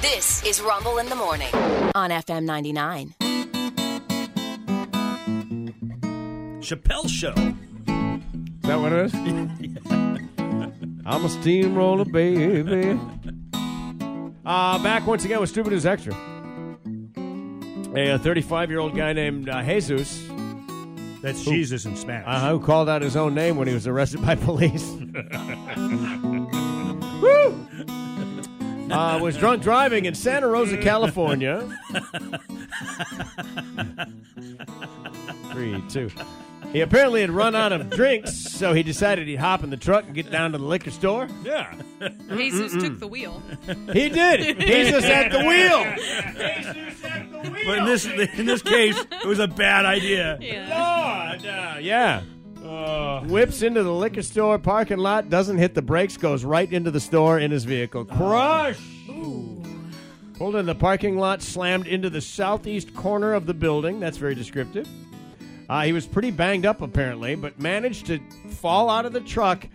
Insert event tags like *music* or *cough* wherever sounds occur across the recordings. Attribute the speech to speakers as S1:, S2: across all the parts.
S1: This is Rumble in the Morning on FM 99.
S2: Chappelle Show.
S3: Is that what it is? I'm a steamroller, baby. Uh, back once again with Stupid News Extra. A 35 year old guy named uh, Jesus
S2: That's Jesus in Spanish.
S3: uh, who called out his own name when he was arrested by *laughs* police. Woo! Uh, was drunk driving in Santa Rosa, California. Three, two. He apparently had run out of drinks, so he decided he'd hop in the truck and get down to the liquor store.
S2: *laughs* Yeah.
S4: Jesus took the wheel.
S3: He did. Jesus at the wheel.
S2: But in this in this case, it was a bad idea.
S4: Yeah.
S3: Lord, uh, yeah. Whips into the liquor store parking lot, doesn't hit the brakes, goes right into the store in his vehicle. Crush! Pulled in the parking lot, slammed into the southeast corner of the building. That's very descriptive. Uh, he was pretty banged up, apparently, but managed to fall out of the truck,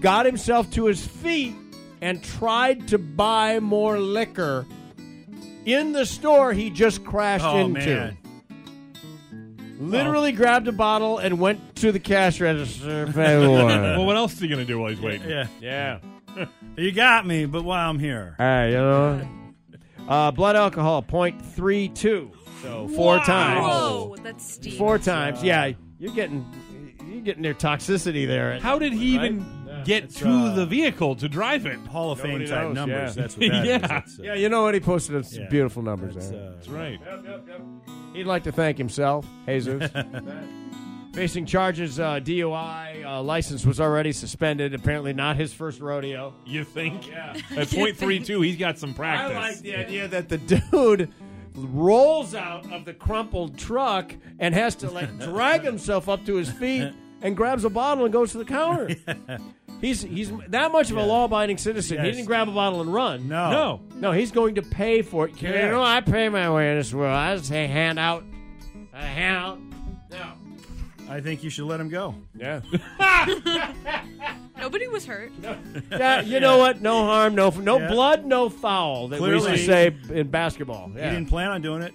S3: got himself to his feet, and tried to buy more liquor in the store he just crashed
S2: Oh
S3: into.
S2: man.
S3: Literally grabbed a bottle and went to the cash register. Pay
S5: Well, what else is he going to do while he's waiting?
S2: Yeah.
S3: yeah.
S2: You got me, but while I'm here.
S3: Hey, you know. Uh, blood alcohol 0.32. So four times.
S4: Whoa, that's steep.
S3: Four times. yeah, you're getting you're getting their toxicity there.
S5: How did he
S3: Right?
S5: even
S3: Yeah.
S5: get
S3: It's,
S5: to
S3: uh,
S5: the vehicle to drive it?
S2: Hall of Fame
S3: Nobody
S2: type
S3: knows,
S2: numbers. *laughs*
S3: yeah.
S2: That's what that is.
S5: Yeah.
S2: That's, uh,
S3: Yeah, you know what? He posted us
S2: Yeah.
S3: beautiful numbers
S2: that's,
S3: there.
S2: uh,
S5: That's right.
S3: He'd like to thank himself,
S2: *laughs*
S3: Jesus. Facing charges, uh, DUI, uh, license was already suspended. Apparently, not his first rodeo.
S5: You think? Yeah. At point three two, he's got some practice.
S3: I like the idea that the dude rolls out of the crumpled truck and has
S2: *laughs*
S3: to like drag himself up to his feet and grabs a bottle and goes to the
S2: *laughs*
S3: counter. He's he's that much of a law-abiding citizen. He
S2: Yes.
S3: didn't grab a bottle and run.
S2: no.
S5: no.
S3: No, he's going to pay for it. You
S2: Yeah.
S3: know, I pay my way in this world. I just say hand out, I hand out. No.
S2: I think you should let him go.
S3: Yeah.
S4: Nobody was hurt.
S2: *laughs*
S3: you know what? No harm, no f- no
S2: Yeah.
S3: blood, no foul. That we used to say
S2: Clearly.
S3: in basketball. Yeah.
S2: He didn't plan on doing it.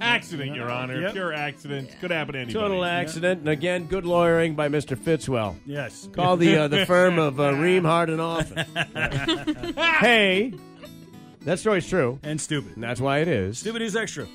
S5: Accident, Your Honor.
S2: Yep.
S5: Pure accident. Could happen to anybody.
S3: Total accident, and again, good lawyering by Mr. Fitzwell.
S2: Yes.
S3: Call the uh, the firm of uh, Ream Hard and Often. hey, that story's true,
S2: And stupid.
S3: and that's why it is.
S2: Stupid is extra.